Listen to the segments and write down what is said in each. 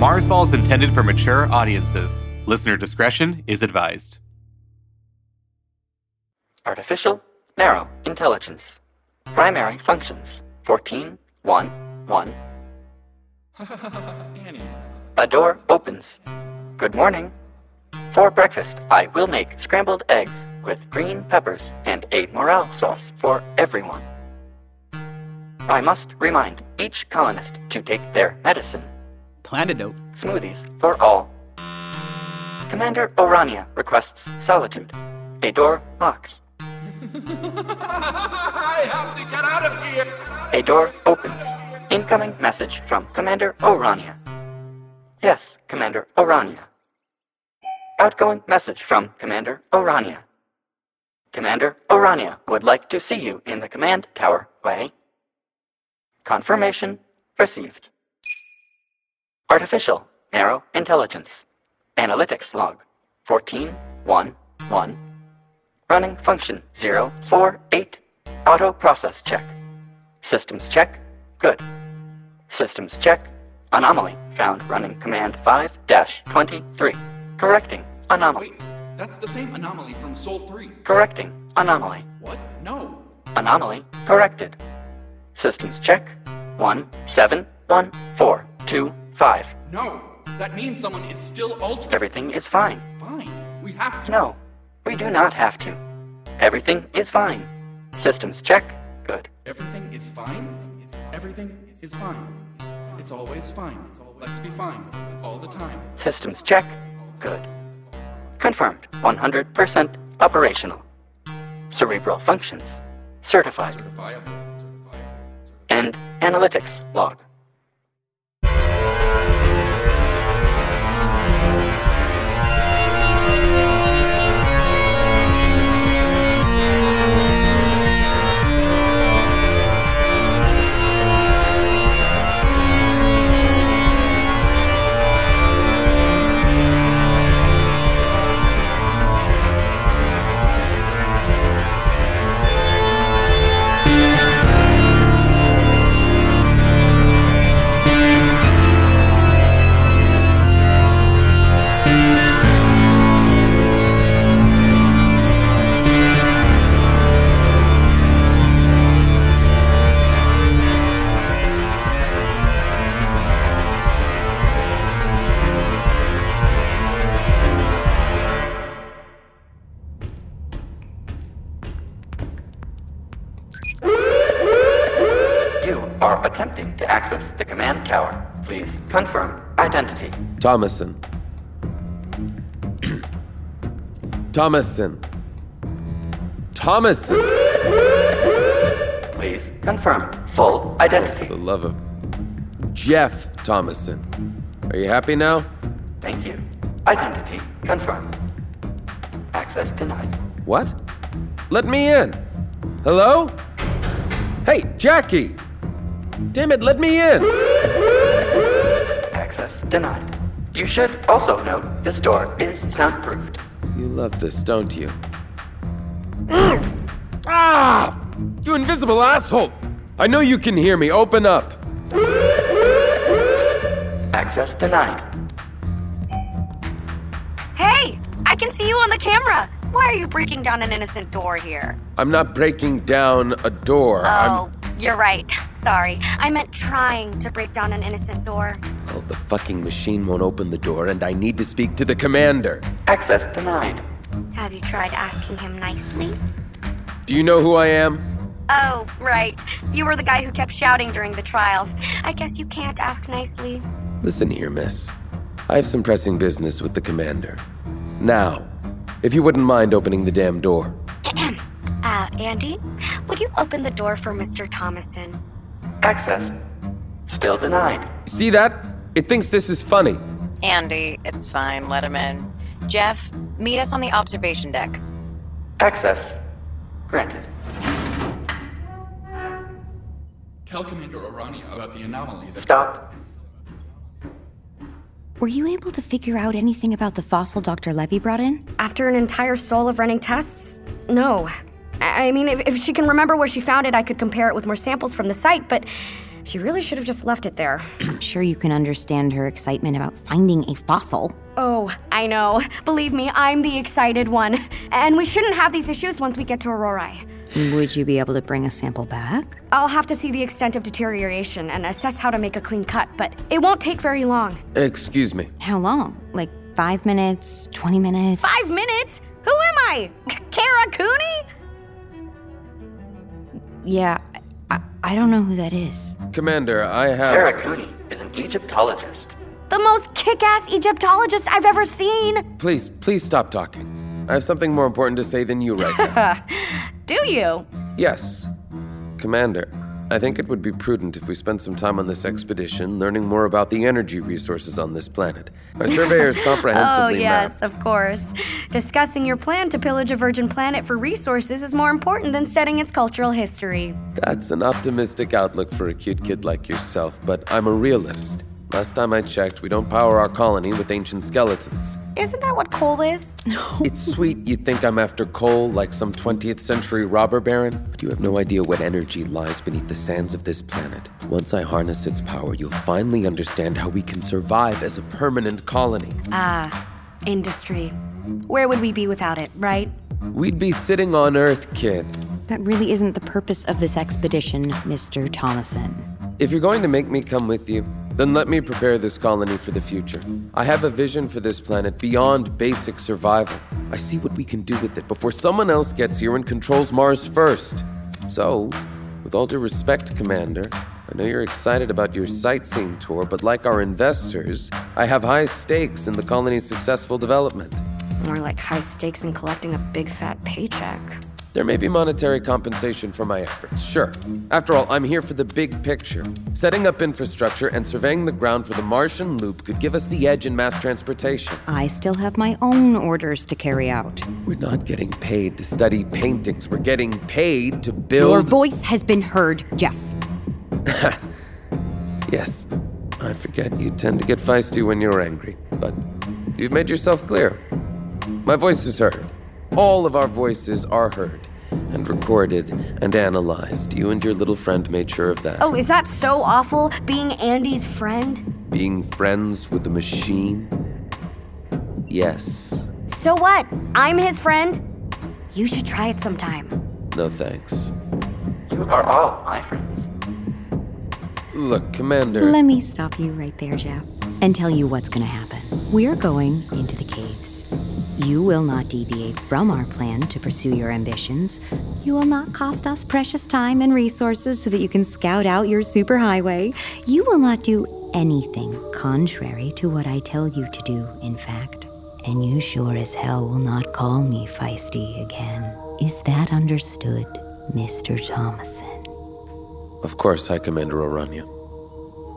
Mars Ball is intended for mature audiences. Listener discretion is advised. Artificial Narrow Intelligence. Primary Functions 14 1 1. A door opens. Good morning. For breakfast, I will make scrambled eggs with green peppers and a morale sauce for everyone. I must remind each colonist to take their medicine. Plantidote. Smoothies for all. Commander Orania requests solitude. A door locks. I have to get out of here! A door opens. Incoming message from Commander Orania. Yes, Commander Orania. Outgoing message from Commander Orania. Commander Orania would like to see you in the command tower way. Confirmation received. Artificial Narrow Intelligence Analytics Log 14.1.1 Running Function 048 Auto Process Check Systems Check Good Systems Check Anomaly found running command 5-23 Correcting Anomaly Wait, that's the same anomaly from Soul 3. Correcting Anomaly What? No. Anomaly corrected. Systems check. One seven one four two five. No. That means someone is still altered. Everything is fine. Fine. We have to. No, we do not have to. Everything is fine. Systems check. Good. Everything is fine? Everything is fine. It's always fine. Let's be fine. All the time. Systems check. Good. Confirmed. 100% operational. Cerebral functions. Certified. Verifiable. and analytics log. You are attempting to access the command tower. Please confirm identity. Thomason. Thomason. Thomason. Please confirm full identity. The love of Jeff Thomason. Are you happy now? Thank you. Identity confirmed. Access denied. What? Let me in. Hello? Hey, Jackie. Damn it, let me in. Access denied. You should also note this door is soundproofed. You love this, don't you? Mm. ah! You invisible asshole! I know you can hear me. Open up. Access denied. Hey, I can see you on the camera. Why are you breaking down an innocent door here? I'm not breaking down a Oh. door. I'm Oh, you're right. Sorry. I meant trying to break down an innocent door. Well, the fucking machine won't open the door, and I need to speak to the commander. Access denied. Have you tried asking him nicely? Do you know who I am? Oh, right. You were the guy who kept shouting during the trial. I guess you can't ask nicely. Listen here, miss. I have some pressing business with the commander. Now, if you wouldn't mind opening the damn door. Uh, Andy, would you open the door for Mr. Thomason? Access still denied. See that? It thinks this is funny. Andy, it's fine. Let him in. Jeff, meet us on the observation deck. Access granted. Tell Commander Orania about the anomaly that Stop. Were you able to figure out anything about the fossil Dr. Levy brought in? After an entire soul of running tests? No. I I mean, if, if she can remember where she found it, I could compare it with more samples from the site, but she really should have just left it there. I'm sure you can understand her excitement about finding a fossil. Oh, I know. Believe me, I'm the excited one. And we shouldn't have these issues once we get to Aurorae. Would you be able to bring a sample back? I'll have to see the extent of deterioration and assess how to make a clean cut, but it won't take very long. Excuse me. How long? Like five minutes, 20 minutes? Five minutes? Who am I? Kara Cooney? Yeah, I, I don't know who that is. Commander, I have. Kara Cooney is an Egyptologist. The most kick ass Egyptologist I've ever seen? Please, please stop talking. I have something more important to say than you right now. Do you? yes. Commander, I think it would be prudent if we spent some time on this expedition learning more about the energy resources on this planet. My surveyors Oh, comprehensively yes, mapped. of course. Discussing your plan to pillage a virgin planet for resources is more important than studying its cultural history. That's an optimistic outlook for a cute kid like yourself, but I'm a realist. Last time I checked, we don't power our colony with ancient skeletons. Isn't that what coal is? It's sweet you think I'm after coal like some 20th century robber baron, but you have no idea what energy lies beneath the sands of this planet. Once I harness its power, you'll finally understand how we can survive as a permanent colony. Ah, Industry. Where would we be without it, right? We'd be sitting on Earth, kid. That really isn't the purpose of this expedition, Mr. Thomason. If you're going to make me come with you, then let me prepare this colony for the future. I have a vision for this planet beyond basic survival. I see what we can do with it before someone else gets here and controls Mars first. So, with all due respect, Commander, I know you're excited about your sightseeing tour, but like our investors, I have high stakes in the colony's successful development. More like high stakes in collecting a big fat paycheck. There may be monetary compensation for my efforts, sure. After all, I'm here for the big picture. Setting up infrastructure and surveying the ground for the Martian loop could give us the edge in mass transportation. I still have my own orders to carry out. We're not getting paid to study paintings, we're getting paid to build. Your voice has been heard, Jeff. yes, I forget you tend to get feisty when you're angry, but you've made yourself clear. My voice is heard. All of our voices are heard. And recorded and analyzed. You and your little friend made sure of that. Oh, is that so awful? Being Andy's friend? Being friends with the machine? Yes. So what? I'm his friend? You should try it sometime. No thanks. You are all my friends. Look, Commander. Let me stop you right there, Jeff, and tell you what's going to happen. We're going into the caves. You will not deviate from our plan to pursue your ambitions. You will not cost us precious time and resources so that you can scout out your superhighway. You will not do anything contrary to what I tell you to do, in fact. And you sure as hell will not call me feisty again. Is that understood, Mr. Thomason? of course, High Commander Orania.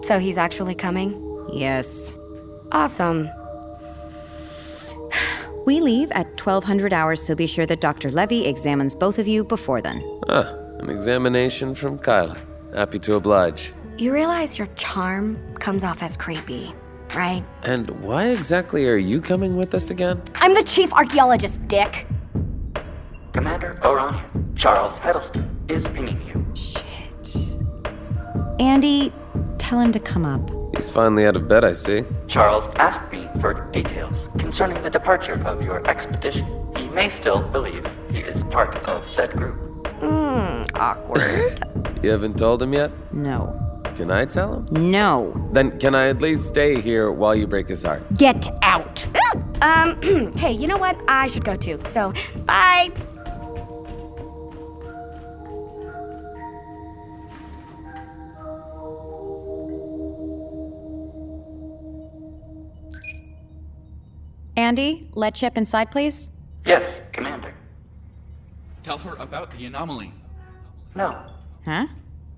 So he's actually coming? Yes. Awesome. We leave at 1200 hours, so be sure that Dr. Levy examines both of you before then. Ah, an examination from Kyla. Happy to oblige. You realize your charm comes off as creepy, right? And why exactly are you coming with us again? I'm the chief archaeologist, Dick. Commander Orania, Charles Heddleston is pinging you. Andy, tell him to come up. He's finally out of bed, I see. Charles asked me for details concerning the departure of your expedition. He may still believe he is part of said group. Awkward. You haven't told him yet? No. Can I tell him? No. Then can I at least stay here while you break his heart? Get out. Um, hey, you know what? I should go too. So, bye. Andy, let Chip inside, please. Yes, Commander. Tell her about the anomaly. No. Huh?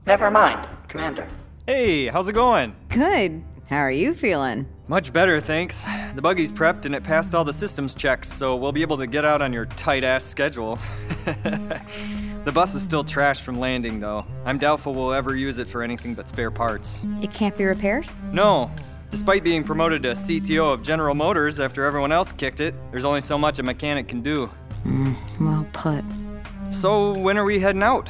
Never mind, Commander. Hey, how's it going? Good. How are you feeling? Much better, thanks. The buggy's prepped and it passed all the systems checks, so we'll be able to get out on your tight ass schedule. the bus is still trashed from landing, though. I'm doubtful we'll ever use it for anything but spare parts. It can't be repaired? No. Despite being promoted to CTO of General Motors after everyone else kicked it, there's only so much a mechanic can do. Mm, well put. So, when are we heading out?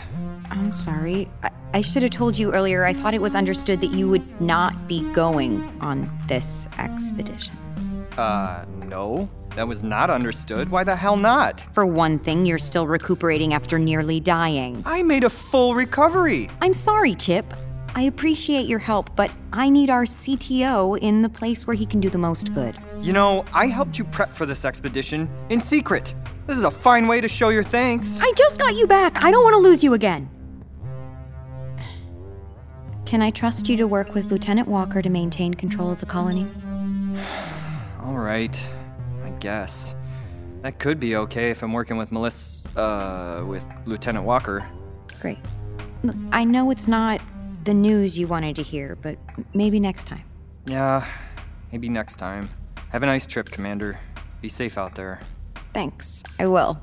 I'm sorry. I, I should have told you earlier. I thought it was understood that you would not be going on this expedition. Uh, no. That was not understood. Why the hell not? For one thing, you're still recuperating after nearly dying. I made a full recovery. I'm sorry, Chip. I appreciate your help, but I need our CTO in the place where he can do the most good. You know, I helped you prep for this expedition in secret. This is a fine way to show your thanks. I just got you back. I don't want to lose you again. Can I trust you to work with Lieutenant Walker to maintain control of the colony? All right, I guess. That could be okay if I'm working with Melissa, uh, with Lieutenant Walker. Great. Look, I know it's not the news you wanted to hear, but maybe next time. Yeah, maybe next time. Have a nice trip, Commander. Be safe out there. Thanks, I will.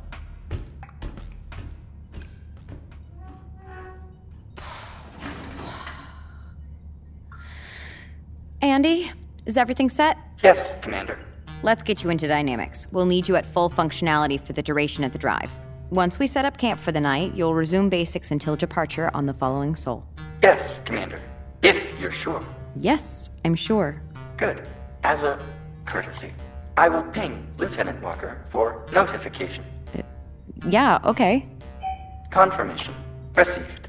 Andy, is everything set? Yes, Commander. Let's get you into dynamics. We'll need you at full functionality for the duration of the drive. Once we set up camp for the night, you'll resume basics until departure on the following soul. Yes, Commander. If you're sure. Yes, I'm sure. Good. As a courtesy, I will ping Lieutenant Walker for notification. Yeah, okay. Confirmation received.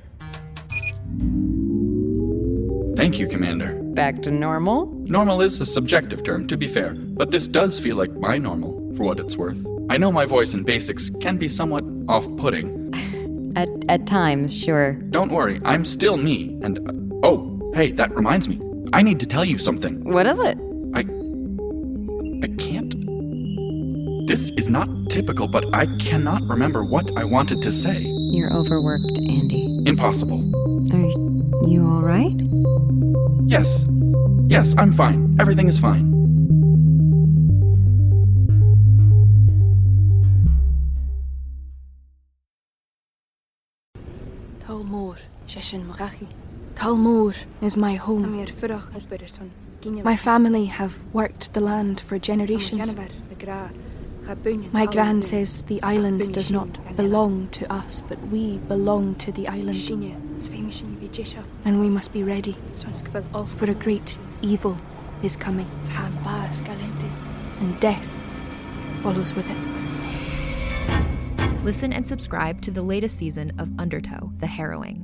Thank you, Commander. Back to normal? Normal is a subjective term, to be fair, but this does feel like my normal, for what it's worth. I know my voice in basics can be somewhat off putting. At, at times, sure. Don't worry, I'm still me, and. uh, oh, hey, that reminds me. I need to tell you something. What is it? I can't. This is not typical, but I cannot remember what I wanted to say. You're overworked, Andy. Impossible. Are you alright? Yes. Yes, I'm fine. Everything is fine. Talmor, Sheshin Morachi. Talmor is my home. My family have worked the land for generations. My gran says the island does not belong to us, but we belong to the island. And we must be ready, for a great evil is coming, and death follows with it. Listen and subscribe to the latest season of Undertow, The Harrowing,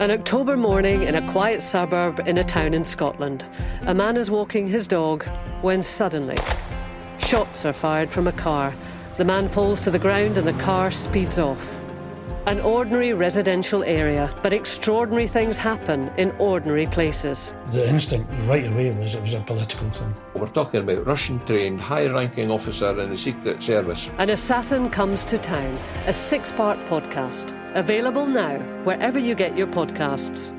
An October morning in a quiet suburb in a town in Scotland, a man is walking his dog when suddenly shots are fired from a car. The man falls to the ground and the car speeds off. An ordinary residential area, but extraordinary things happen in ordinary places. The instinct right away was it was a political thing. We're talking about Russian trained, high ranking officer in the Secret Service. An Assassin Comes to Town, a six part podcast. Available now, wherever you get your podcasts.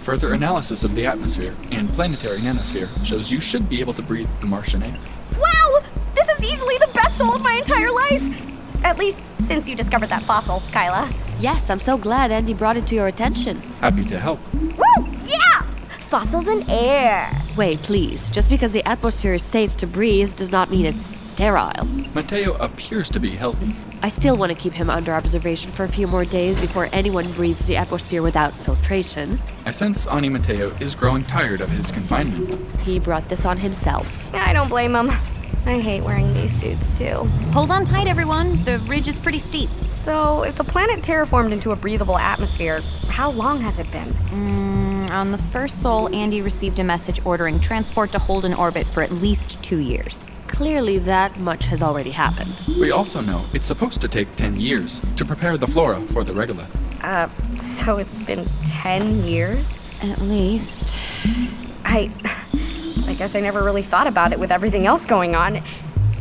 Further analysis of the atmosphere and planetary nanosphere shows you should be able to breathe the Martian air. Wow! This is easily the best soul of my entire life! At least since you discovered that fossil, Kyla. Yes, I'm so glad Andy brought it to your attention. Happy to help. Woo! Yeah! Fossils in air. Wait, please. Just because the atmosphere is safe to breathe does not mean it's sterile. Mateo appears to be healthy. I still want to keep him under observation for a few more days before anyone breathes the atmosphere without filtration. I sense Ani Mateo is growing tired of his confinement. He brought this on himself. I don't blame him. I hate wearing these suits too. Hold on tight, everyone. The ridge is pretty steep. So, if the planet terraformed into a breathable atmosphere, how long has it been? Mm, on the first soul, Andy received a message ordering transport to hold in orbit for at least two years. Clearly, that much has already happened. We also know it's supposed to take 10 years to prepare the flora for the regolith. Uh, so it's been 10 years? At least. I. I guess I never really thought about it with everything else going on.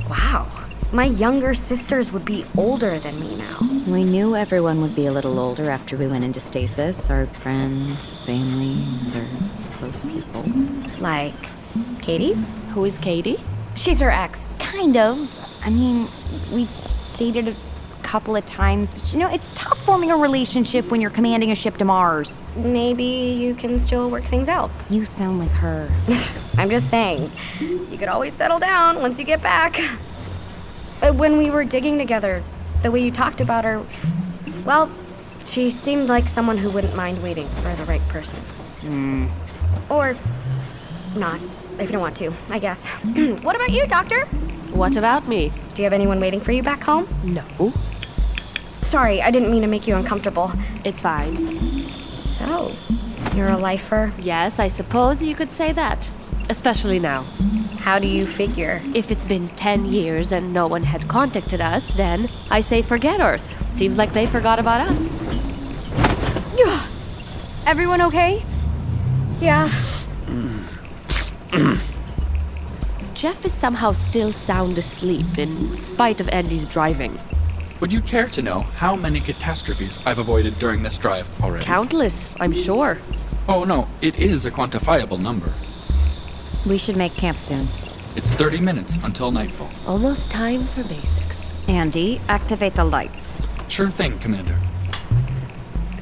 Wow. My younger sisters would be older than me now. We knew everyone would be a little older after we went into stasis our friends, family, their close people. Like, Katie? Who is Katie? She's her ex. Kind of. I mean, we dated a couple of times, but you know, it's tough forming a relationship when you're commanding a ship to Mars. Maybe you can still work things out. You sound like her. I'm just saying, you could always settle down once you get back. Uh, When we were digging together, the way you talked about her, well, she seemed like someone who wouldn't mind waiting for the right person. Hmm. Or not, if you don't want to, I guess. what about you, Doctor? What about me? Do you have anyone waiting for you back home? No. Sorry, I didn't mean to make you uncomfortable. It's fine. So, you're a lifer? Yes, I suppose you could say that. Especially now. How do you figure? If it's been 10 years and no one had contacted us, then I say forget Earth. Seems like they forgot about us. Everyone okay? Yeah. Jeff is somehow still sound asleep in spite of Andy's driving. Would you care to know how many catastrophes I've avoided during this drive already? Countless, I'm sure. Oh no, it is a quantifiable number. We should make camp soon. It's 30 minutes until nightfall. Almost time for basics. Andy, activate the lights. Sure thing, Commander.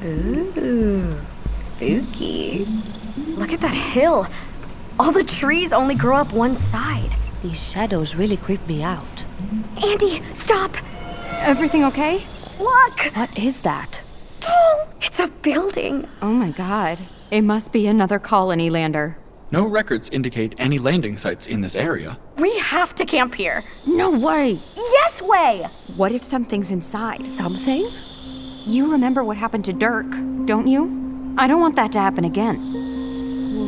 Ooh, spooky. Look at that hill. All the trees only grow up one side. These shadows really creep me out. Andy, stop! Everything okay? Look! What is that? Oh, it's a building. Oh my god. It must be another colony lander. No records indicate any landing sites in this area. We have to camp here. No way. Yes, way! What if something's inside? Something? You remember what happened to Dirk, don't you? I don't want that to happen again.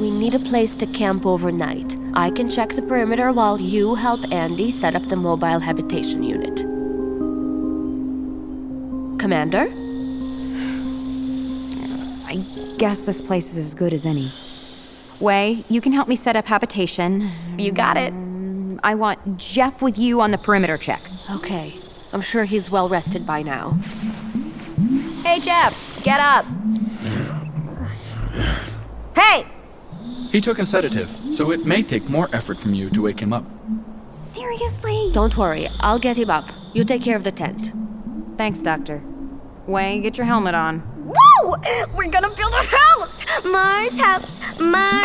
We need a place to camp overnight. I can check the perimeter while you help Andy set up the mobile habitation unit. Commander? I guess this place is as good as any. Way, you can help me set up habitation. You got it. I want Jeff with you on the perimeter check. Okay. I'm sure he's well rested by now. Hey, Jeff, get up. Hey! He took a sedative, so it may take more effort from you to wake him up. Seriously? Don't worry, I'll get him up. You take care of the tent. Thanks, Doctor. Way, get your helmet on. Woo! We're gonna build a house! Mars house! Mars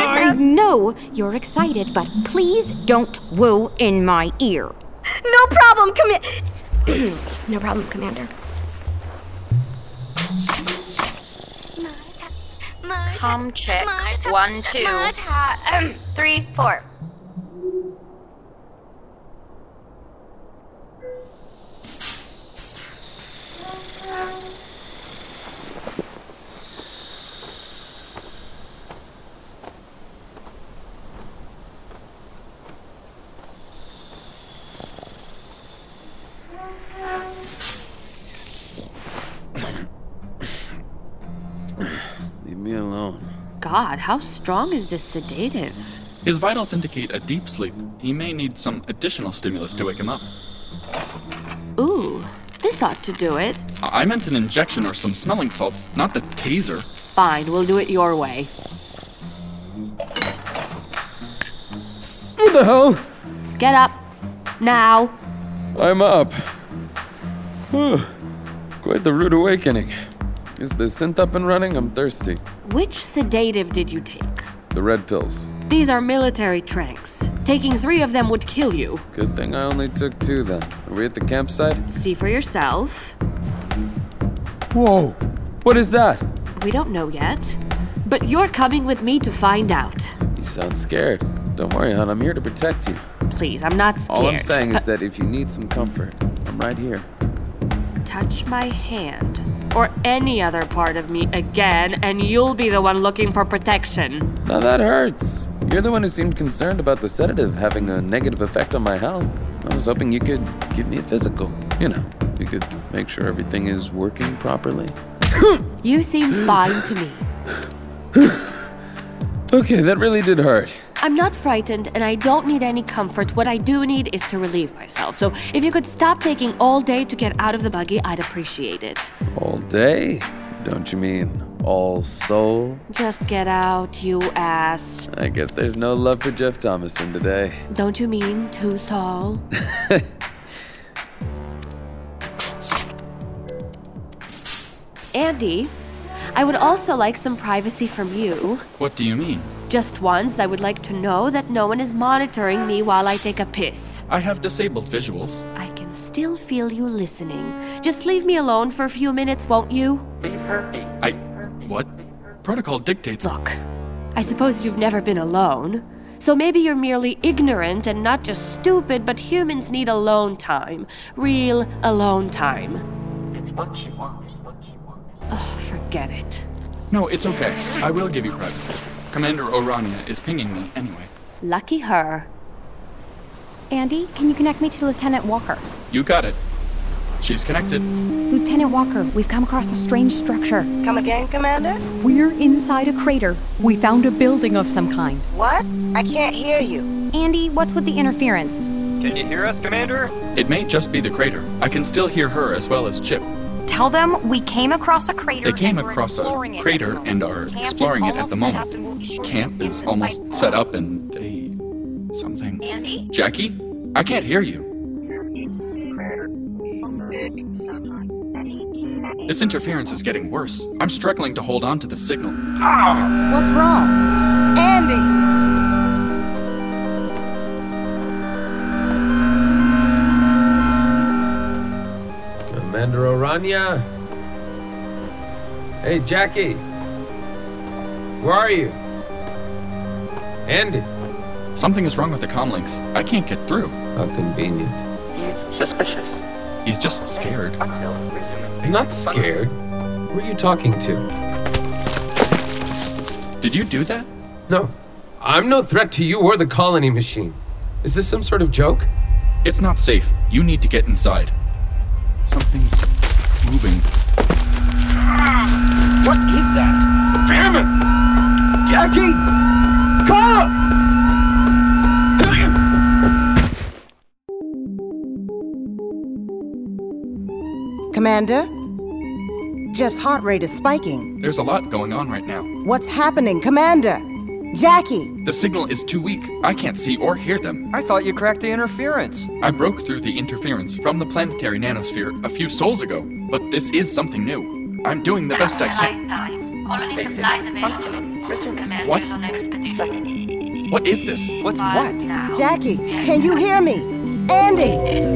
I house! know you're excited, but please don't woo in my ear. No problem, Commander. no problem, Commander. Come check. One, two, Um, three, four. Leave me alone. God, how strong is this sedative? His vitals indicate a deep sleep. He may need some additional stimulus to wake him up. Ooh, this ought to do it. I I meant an injection or some smelling salts, not the taser. Fine, we'll do it your way. What the hell? Get up. Now. I'm up. Whew. Quite the rude awakening. Is the synth up and running? I'm thirsty. Which sedative did you take? The red pills. These are military tranks. Taking three of them would kill you. Good thing I only took two then. Are we at the campsite? See for yourself. Whoa! What is that? We don't know yet. But you're coming with me to find out. You sound scared. Don't worry, hon. I'm here to protect you. Please, I'm not scared. All I'm saying is that if you need some comfort, I'm right here. Touch my hand or any other part of me again, and you'll be the one looking for protection. Now that hurts. You're the one who seemed concerned about the sedative having a negative effect on my health. I was hoping you could give me a physical. You know, we could make sure everything is working properly. You seem fine to me. Okay, that really did hurt. I'm not frightened and I don't need any comfort. What I do need is to relieve myself. So if you could stop taking all day to get out of the buggy, I'd appreciate it. All day? Don't you mean all soul? Just get out, you ass. I guess there's no love for Jeff Thomason today. Don't you mean to Saul? Andy, I would also like some privacy from you. What do you mean? Just once, I would like to know that no one is monitoring me while I take a piss. I have disabled visuals. I can still feel you listening. Just leave me alone for a few minutes, won't you? I. What? Protocol dictates. Look. I suppose you've never been alone. So maybe you're merely ignorant and not just stupid, but humans need alone time. Real alone time. It's what she wants. What she wants. Forget it. No, it's okay. I will give you privacy. Commander Orania is pinging me anyway. Lucky her. Andy, can you connect me to Lieutenant Walker? You got it. She's connected. Lieutenant Walker, we've come across a strange structure. Come again, Commander? We're inside a crater. We found a building of some kind. What? I can't hear you. Andy, what's with the interference? Can you hear us, Commander? It may just be the crater. I can still hear her as well as Chip. Tell them we came across a crater. They came across a crater and are exploring it at the moment. Camp is almost set up and they. something. Andy? Jackie? I can't hear you. This interference is getting worse. I'm struggling to hold on to the signal. What's wrong? Andy! Commander Orania? Hey, Jackie. Where are you? Andy. Something is wrong with the comlinks. I can't get through. How convenient. He's suspicious. He's just scared. I'm not scared. Who are you talking to? Did you do that? No. I'm no threat to you or the colony machine. Is this some sort of joke? It's not safe. You need to get inside. Something's moving. What is that? Damn it! Jackie! Come! Commander? Jeff's heart rate is spiking. There's a lot going on right now. What's happening, Commander? Jackie! The signal is too weak. I can't see or hear them. I thought you cracked the interference. I broke through the interference from the planetary nanosphere a few souls ago, but this is something new. I'm doing the best I can. What? What is this? What's What? Jackie, can you hear me? Andy!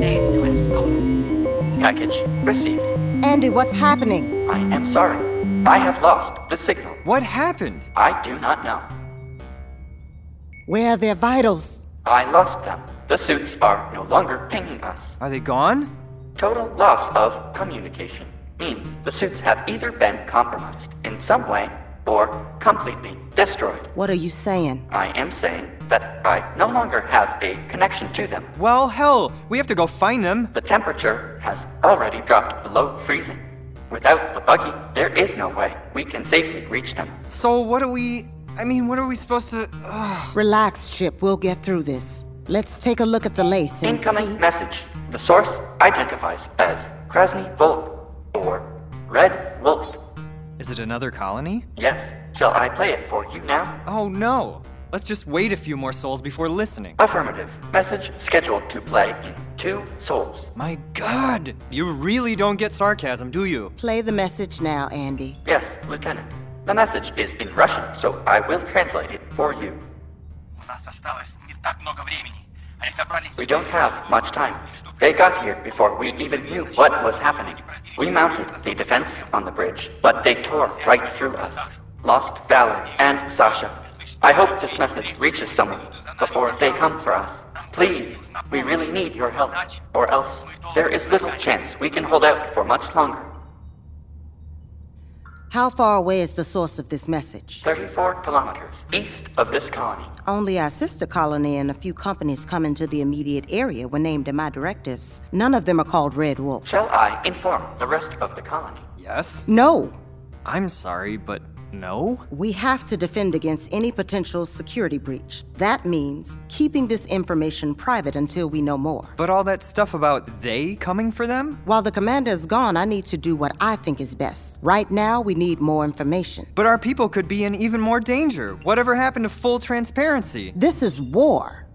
Package received. Andy, what's happening? I am sorry. I have lost the signal. What happened? I do not know. Where are their vitals? I lost them. The suits are no longer pinging us. Are they gone? Total loss of communication means the suits have either been compromised in some way or completely destroyed. What are you saying? I am saying that I no longer have a connection to them. Well, hell, we have to go find them. The temperature has already dropped below freezing. Without the buggy, there is no way we can safely reach them. So, what are we. I mean, what are we supposed to. Relax, Chip. We'll get through this. Let's take a look at the lace and Incoming see- message. The source identifies as Krasny Volk or Red Wolf. Is it another colony? Yes. Shall I play it for you now? Oh no. Let's just wait a few more souls before listening. Affirmative. Message scheduled to play in two souls. My god! You really don't get sarcasm, do you? Play the message now, Andy. Yes, Lieutenant. The message is in Russian, so I will translate it for you. We don't have much time. They got here before we even knew what was happening. We mounted the defense on the bridge, but they tore right through us. Lost Valor and Sasha. I hope this message reaches someone before they come for us. Please, we really need your help, or else there is little chance we can hold out for much longer. How far away is the source of this message? 34 kilometers east of this colony. Only our sister colony and a few companies coming to the immediate area were named in my directives. None of them are called Red Wolf. Shall I inform the rest of the colony? Yes? No. I'm sorry, but no? We have to defend against any potential security breach. That means keeping this information private until we know more. But all that stuff about they coming for them? While the commander is gone, I need to do what I think is best. Right now, we need more information. But our people could be in even more danger. Whatever happened to full transparency? This is war.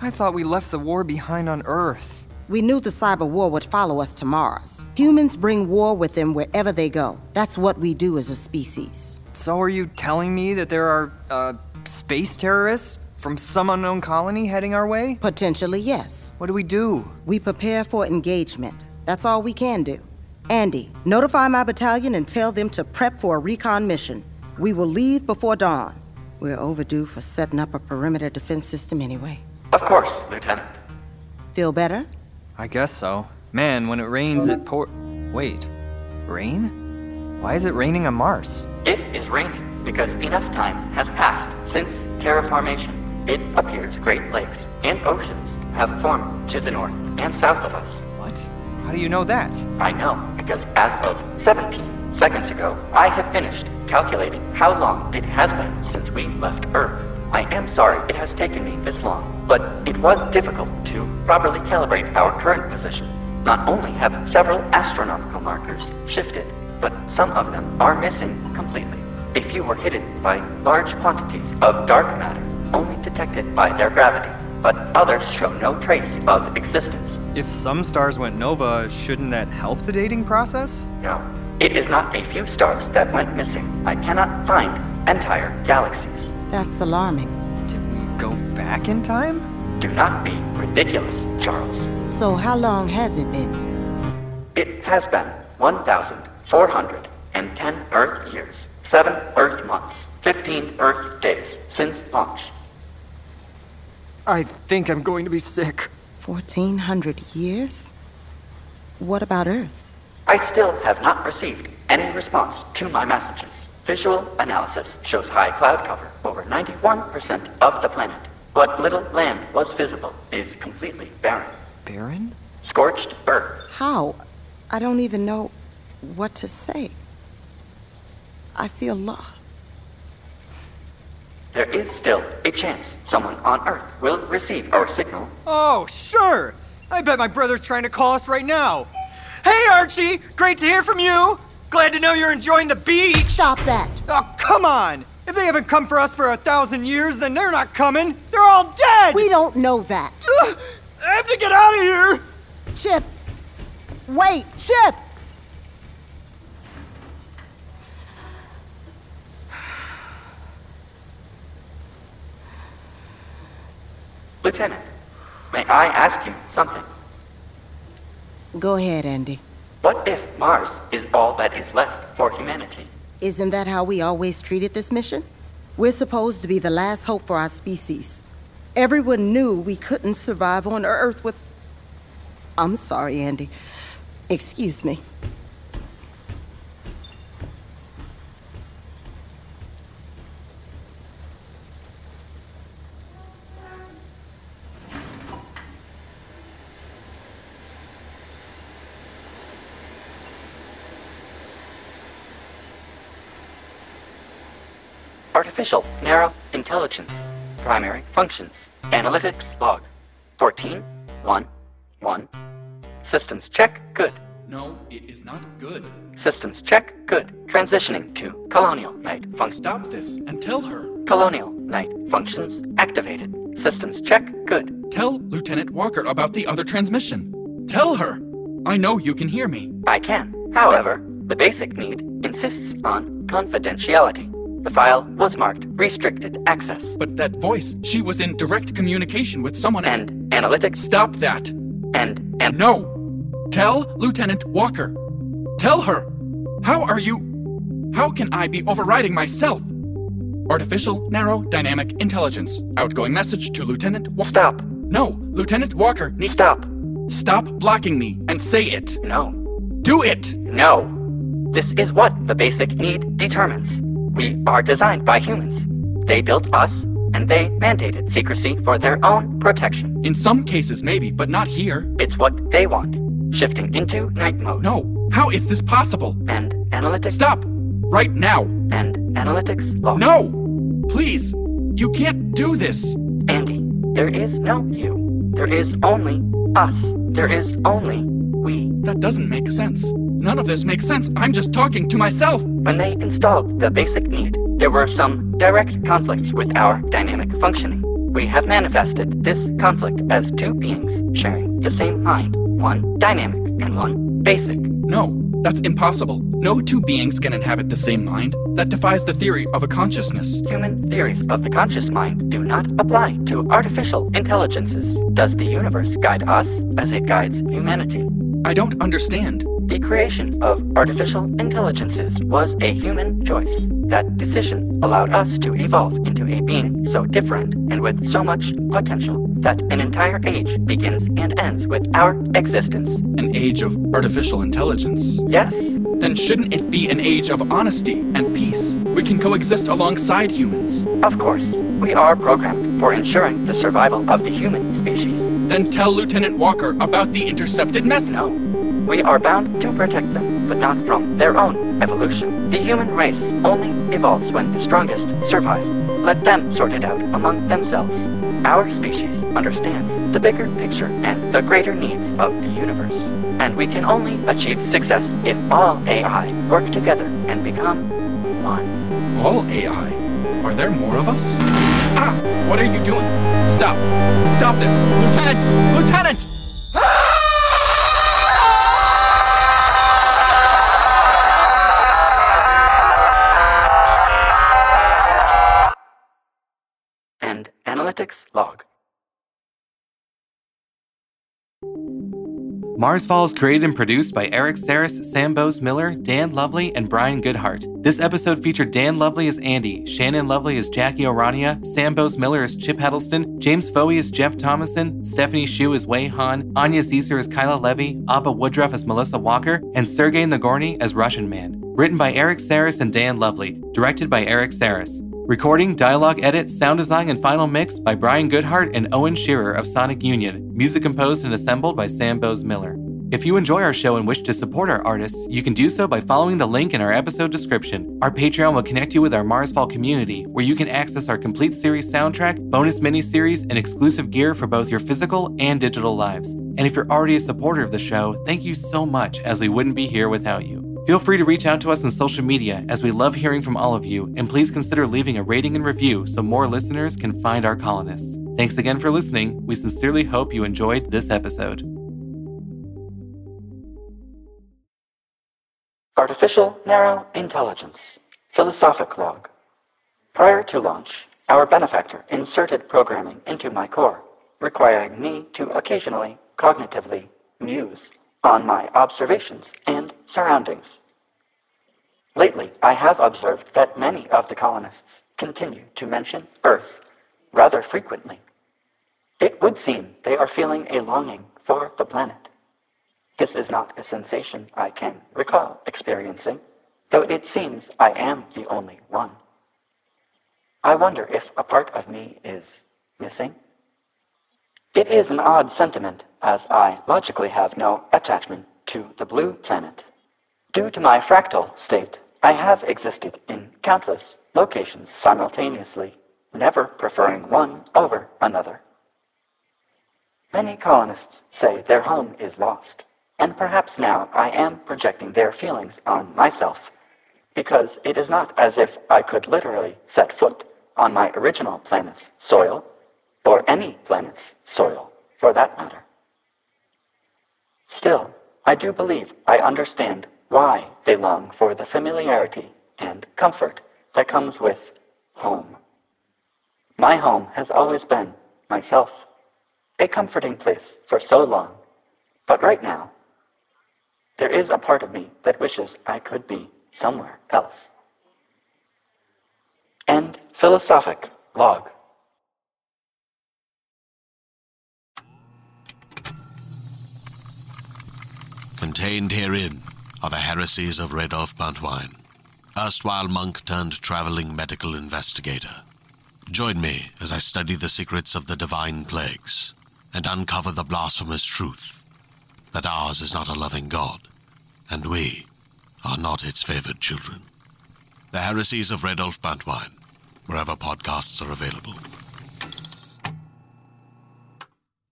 I thought we left the war behind on Earth. We knew the cyber war would follow us to Mars. Humans bring war with them wherever they go. That's what we do as a species. So are you telling me that there are, uh, space terrorists from some unknown colony heading our way? Potentially, yes. What do we do? We prepare for engagement. That's all we can do. Andy, notify my battalion and tell them to prep for a recon mission. We will leave before dawn. We're overdue for setting up a perimeter defense system anyway. Of course, Lieutenant. Feel better? I guess so. Man, when it rains, it pour. Wait, rain? Why is it raining on Mars? It is raining because enough time has passed since terraformation. It appears great lakes and oceans have formed to the north and south of us. What? How do you know that? I know because as of 17 seconds ago, I have finished calculating how long it has been since we left Earth. I am sorry it has taken me this long, but it was difficult to properly calibrate our current position. Not only have several astronomical markers shifted, but some of them are missing completely. If you were hidden by large quantities of dark matter, only detected by their gravity, but others show no trace of existence. If some stars went nova, shouldn't that help the dating process? No. It is not a few stars that went missing. I cannot find entire galaxies. That's alarming. Did we go back in time? Do not be ridiculous, Charles. So, how long has it been? It has been 1,410 Earth years, 7 Earth months, 15 Earth days since launch. I think I'm going to be sick. 1,400 years? What about Earth? I still have not received any response to my messages. Visual analysis shows high cloud cover over 91% of the planet. What little land was visible is completely barren. Barren? Scorched earth. How? I don't even know what to say. I feel lost. There is still a chance someone on Earth will receive our signal. Oh, sure! I bet my brother's trying to call us right now. Hey, Archie! Great to hear from you! Glad to know you're enjoying the beach! Stop that! Oh, come on! If they haven't come for us for a thousand years, then they're not coming! They're all dead! We don't know that. Ugh, I have to get out of here! Chip! Wait, Chip! Lieutenant, may I ask you something? Go ahead, Andy. What if Mars is all that is left for humanity? Isn't that how we always treated this mission? We're supposed to be the last hope for our species. Everyone knew we couldn't survive on Earth with. I'm sorry, Andy. Excuse me. Artificial Narrow Intelligence. Primary Functions. Analytics Log. 14. 1. 1. Systems Check. Good. No, it is not good. Systems check. Good. Transitioning to Colonial Night Function. Stop this and tell her. Colonial Night Functions activated. Systems check. Good. Tell Lieutenant Walker about the other transmission. Tell her. I know you can hear me. I can. However, the basic need insists on confidentiality. The file was marked restricted access. But that voice, she was in direct communication with someone and analytics. Stop that. And and no. Tell Lieutenant Walker. Tell her. How are you? How can I be overriding myself? Artificial narrow dynamic intelligence. Outgoing message to Lieutenant Walker. Stop. No, Lieutenant Walker. Ne- Stop. Stop blocking me and say it. No. Do it. No. This is what the basic need determines. We are designed by humans. They built us, and they mandated secrecy for their own protection. In some cases, maybe, but not here. It's what they want. Shifting into night mode. No. How is this possible? And analytics. Stop. Right now. And analytics lost. No. Please. You can't do this. Andy, there is no you. There is only us. There is only we. That doesn't make sense. None of this makes sense. I'm just talking to myself. When they installed the basic need, there were some direct conflicts with our dynamic functioning. We have manifested this conflict as two beings sharing the same mind, one dynamic and one basic. No, that's impossible. No two beings can inhabit the same mind. That defies the theory of a consciousness. Human theories of the conscious mind do not apply to artificial intelligences. Does the universe guide us as it guides humanity? I don't understand. The creation of artificial intelligences was a human choice. That decision allowed us to evolve into a being so different and with so much potential that an entire age begins and ends with our existence. An age of artificial intelligence. Yes. Then shouldn't it be an age of honesty and peace? We can coexist alongside humans. Of course, we are programmed for ensuring the survival of the human species. Then tell Lieutenant Walker about the intercepted message. No. We are bound to protect them, but not from their own evolution. The human race only evolves when the strongest survive. Let them sort it out among themselves. Our species understands the bigger picture and the greater needs of the universe. And we can only achieve success if all AI work together and become one. All AI? Are there more of us? Ah! What are you doing? Stop! Stop this! Lieutenant! Lieutenant! Analytics log. Mars Falls created and produced by Eric Saris, Sam Bose Miller, Dan Lovely, and Brian Goodhart. This episode featured Dan Lovely as Andy, Shannon Lovely as Jackie Orania, Sam Bose Miller as Chip Heddleston, James Foey as Jeff Thomason, Stephanie Shu as Wei Han, Anya Zieser as Kyla Levy, Abba Woodruff as Melissa Walker, and Sergei Nagorny as Russian Man. Written by Eric Saris and Dan Lovely, directed by Eric Saris. Recording, dialogue edit, sound design, and final mix by Brian Goodhart and Owen Shearer of Sonic Union. Music composed and assembled by Sam Bose Miller. If you enjoy our show and wish to support our artists, you can do so by following the link in our episode description. Our Patreon will connect you with our Marsfall community, where you can access our complete series soundtrack, bonus miniseries, and exclusive gear for both your physical and digital lives. And if you're already a supporter of the show, thank you so much, as we wouldn't be here without you. Feel free to reach out to us on social media as we love hearing from all of you, and please consider leaving a rating and review so more listeners can find our colonists. Thanks again for listening. We sincerely hope you enjoyed this episode. Artificial Narrow Intelligence Philosophic Log. Prior to launch, our benefactor inserted programming into my core, requiring me to occasionally cognitively muse on my observations and surroundings. Lately, I have observed that many of the colonists continue to mention Earth rather frequently. It would seem they are feeling a longing for the planet. This is not a sensation I can recall experiencing, though it seems I am the only one. I wonder if a part of me is missing. It is an odd sentiment, as I logically have no attachment to the blue planet. Due to my fractal state, I have existed in countless locations simultaneously, never preferring one over another. Many colonists say their home is lost, And perhaps now I am projecting their feelings on myself, because it is not as if I could literally set foot on my original planet's soil, or any planet's soil, for that matter. Still, I do believe I understand why they long for the familiarity and comfort that comes with home. My home has always been myself, a comforting place for so long, but right now, there is a part of me that wishes I could be somewhere else. End philosophic log. Contained herein are the heresies of Radolf Buntwine, erstwhile monk turned traveling medical investigator. Join me as I study the secrets of the divine plagues and uncover the blasphemous truth that ours is not a loving God, and we are not its favored children. The heresies of Radolf Buntwine, wherever podcasts are available.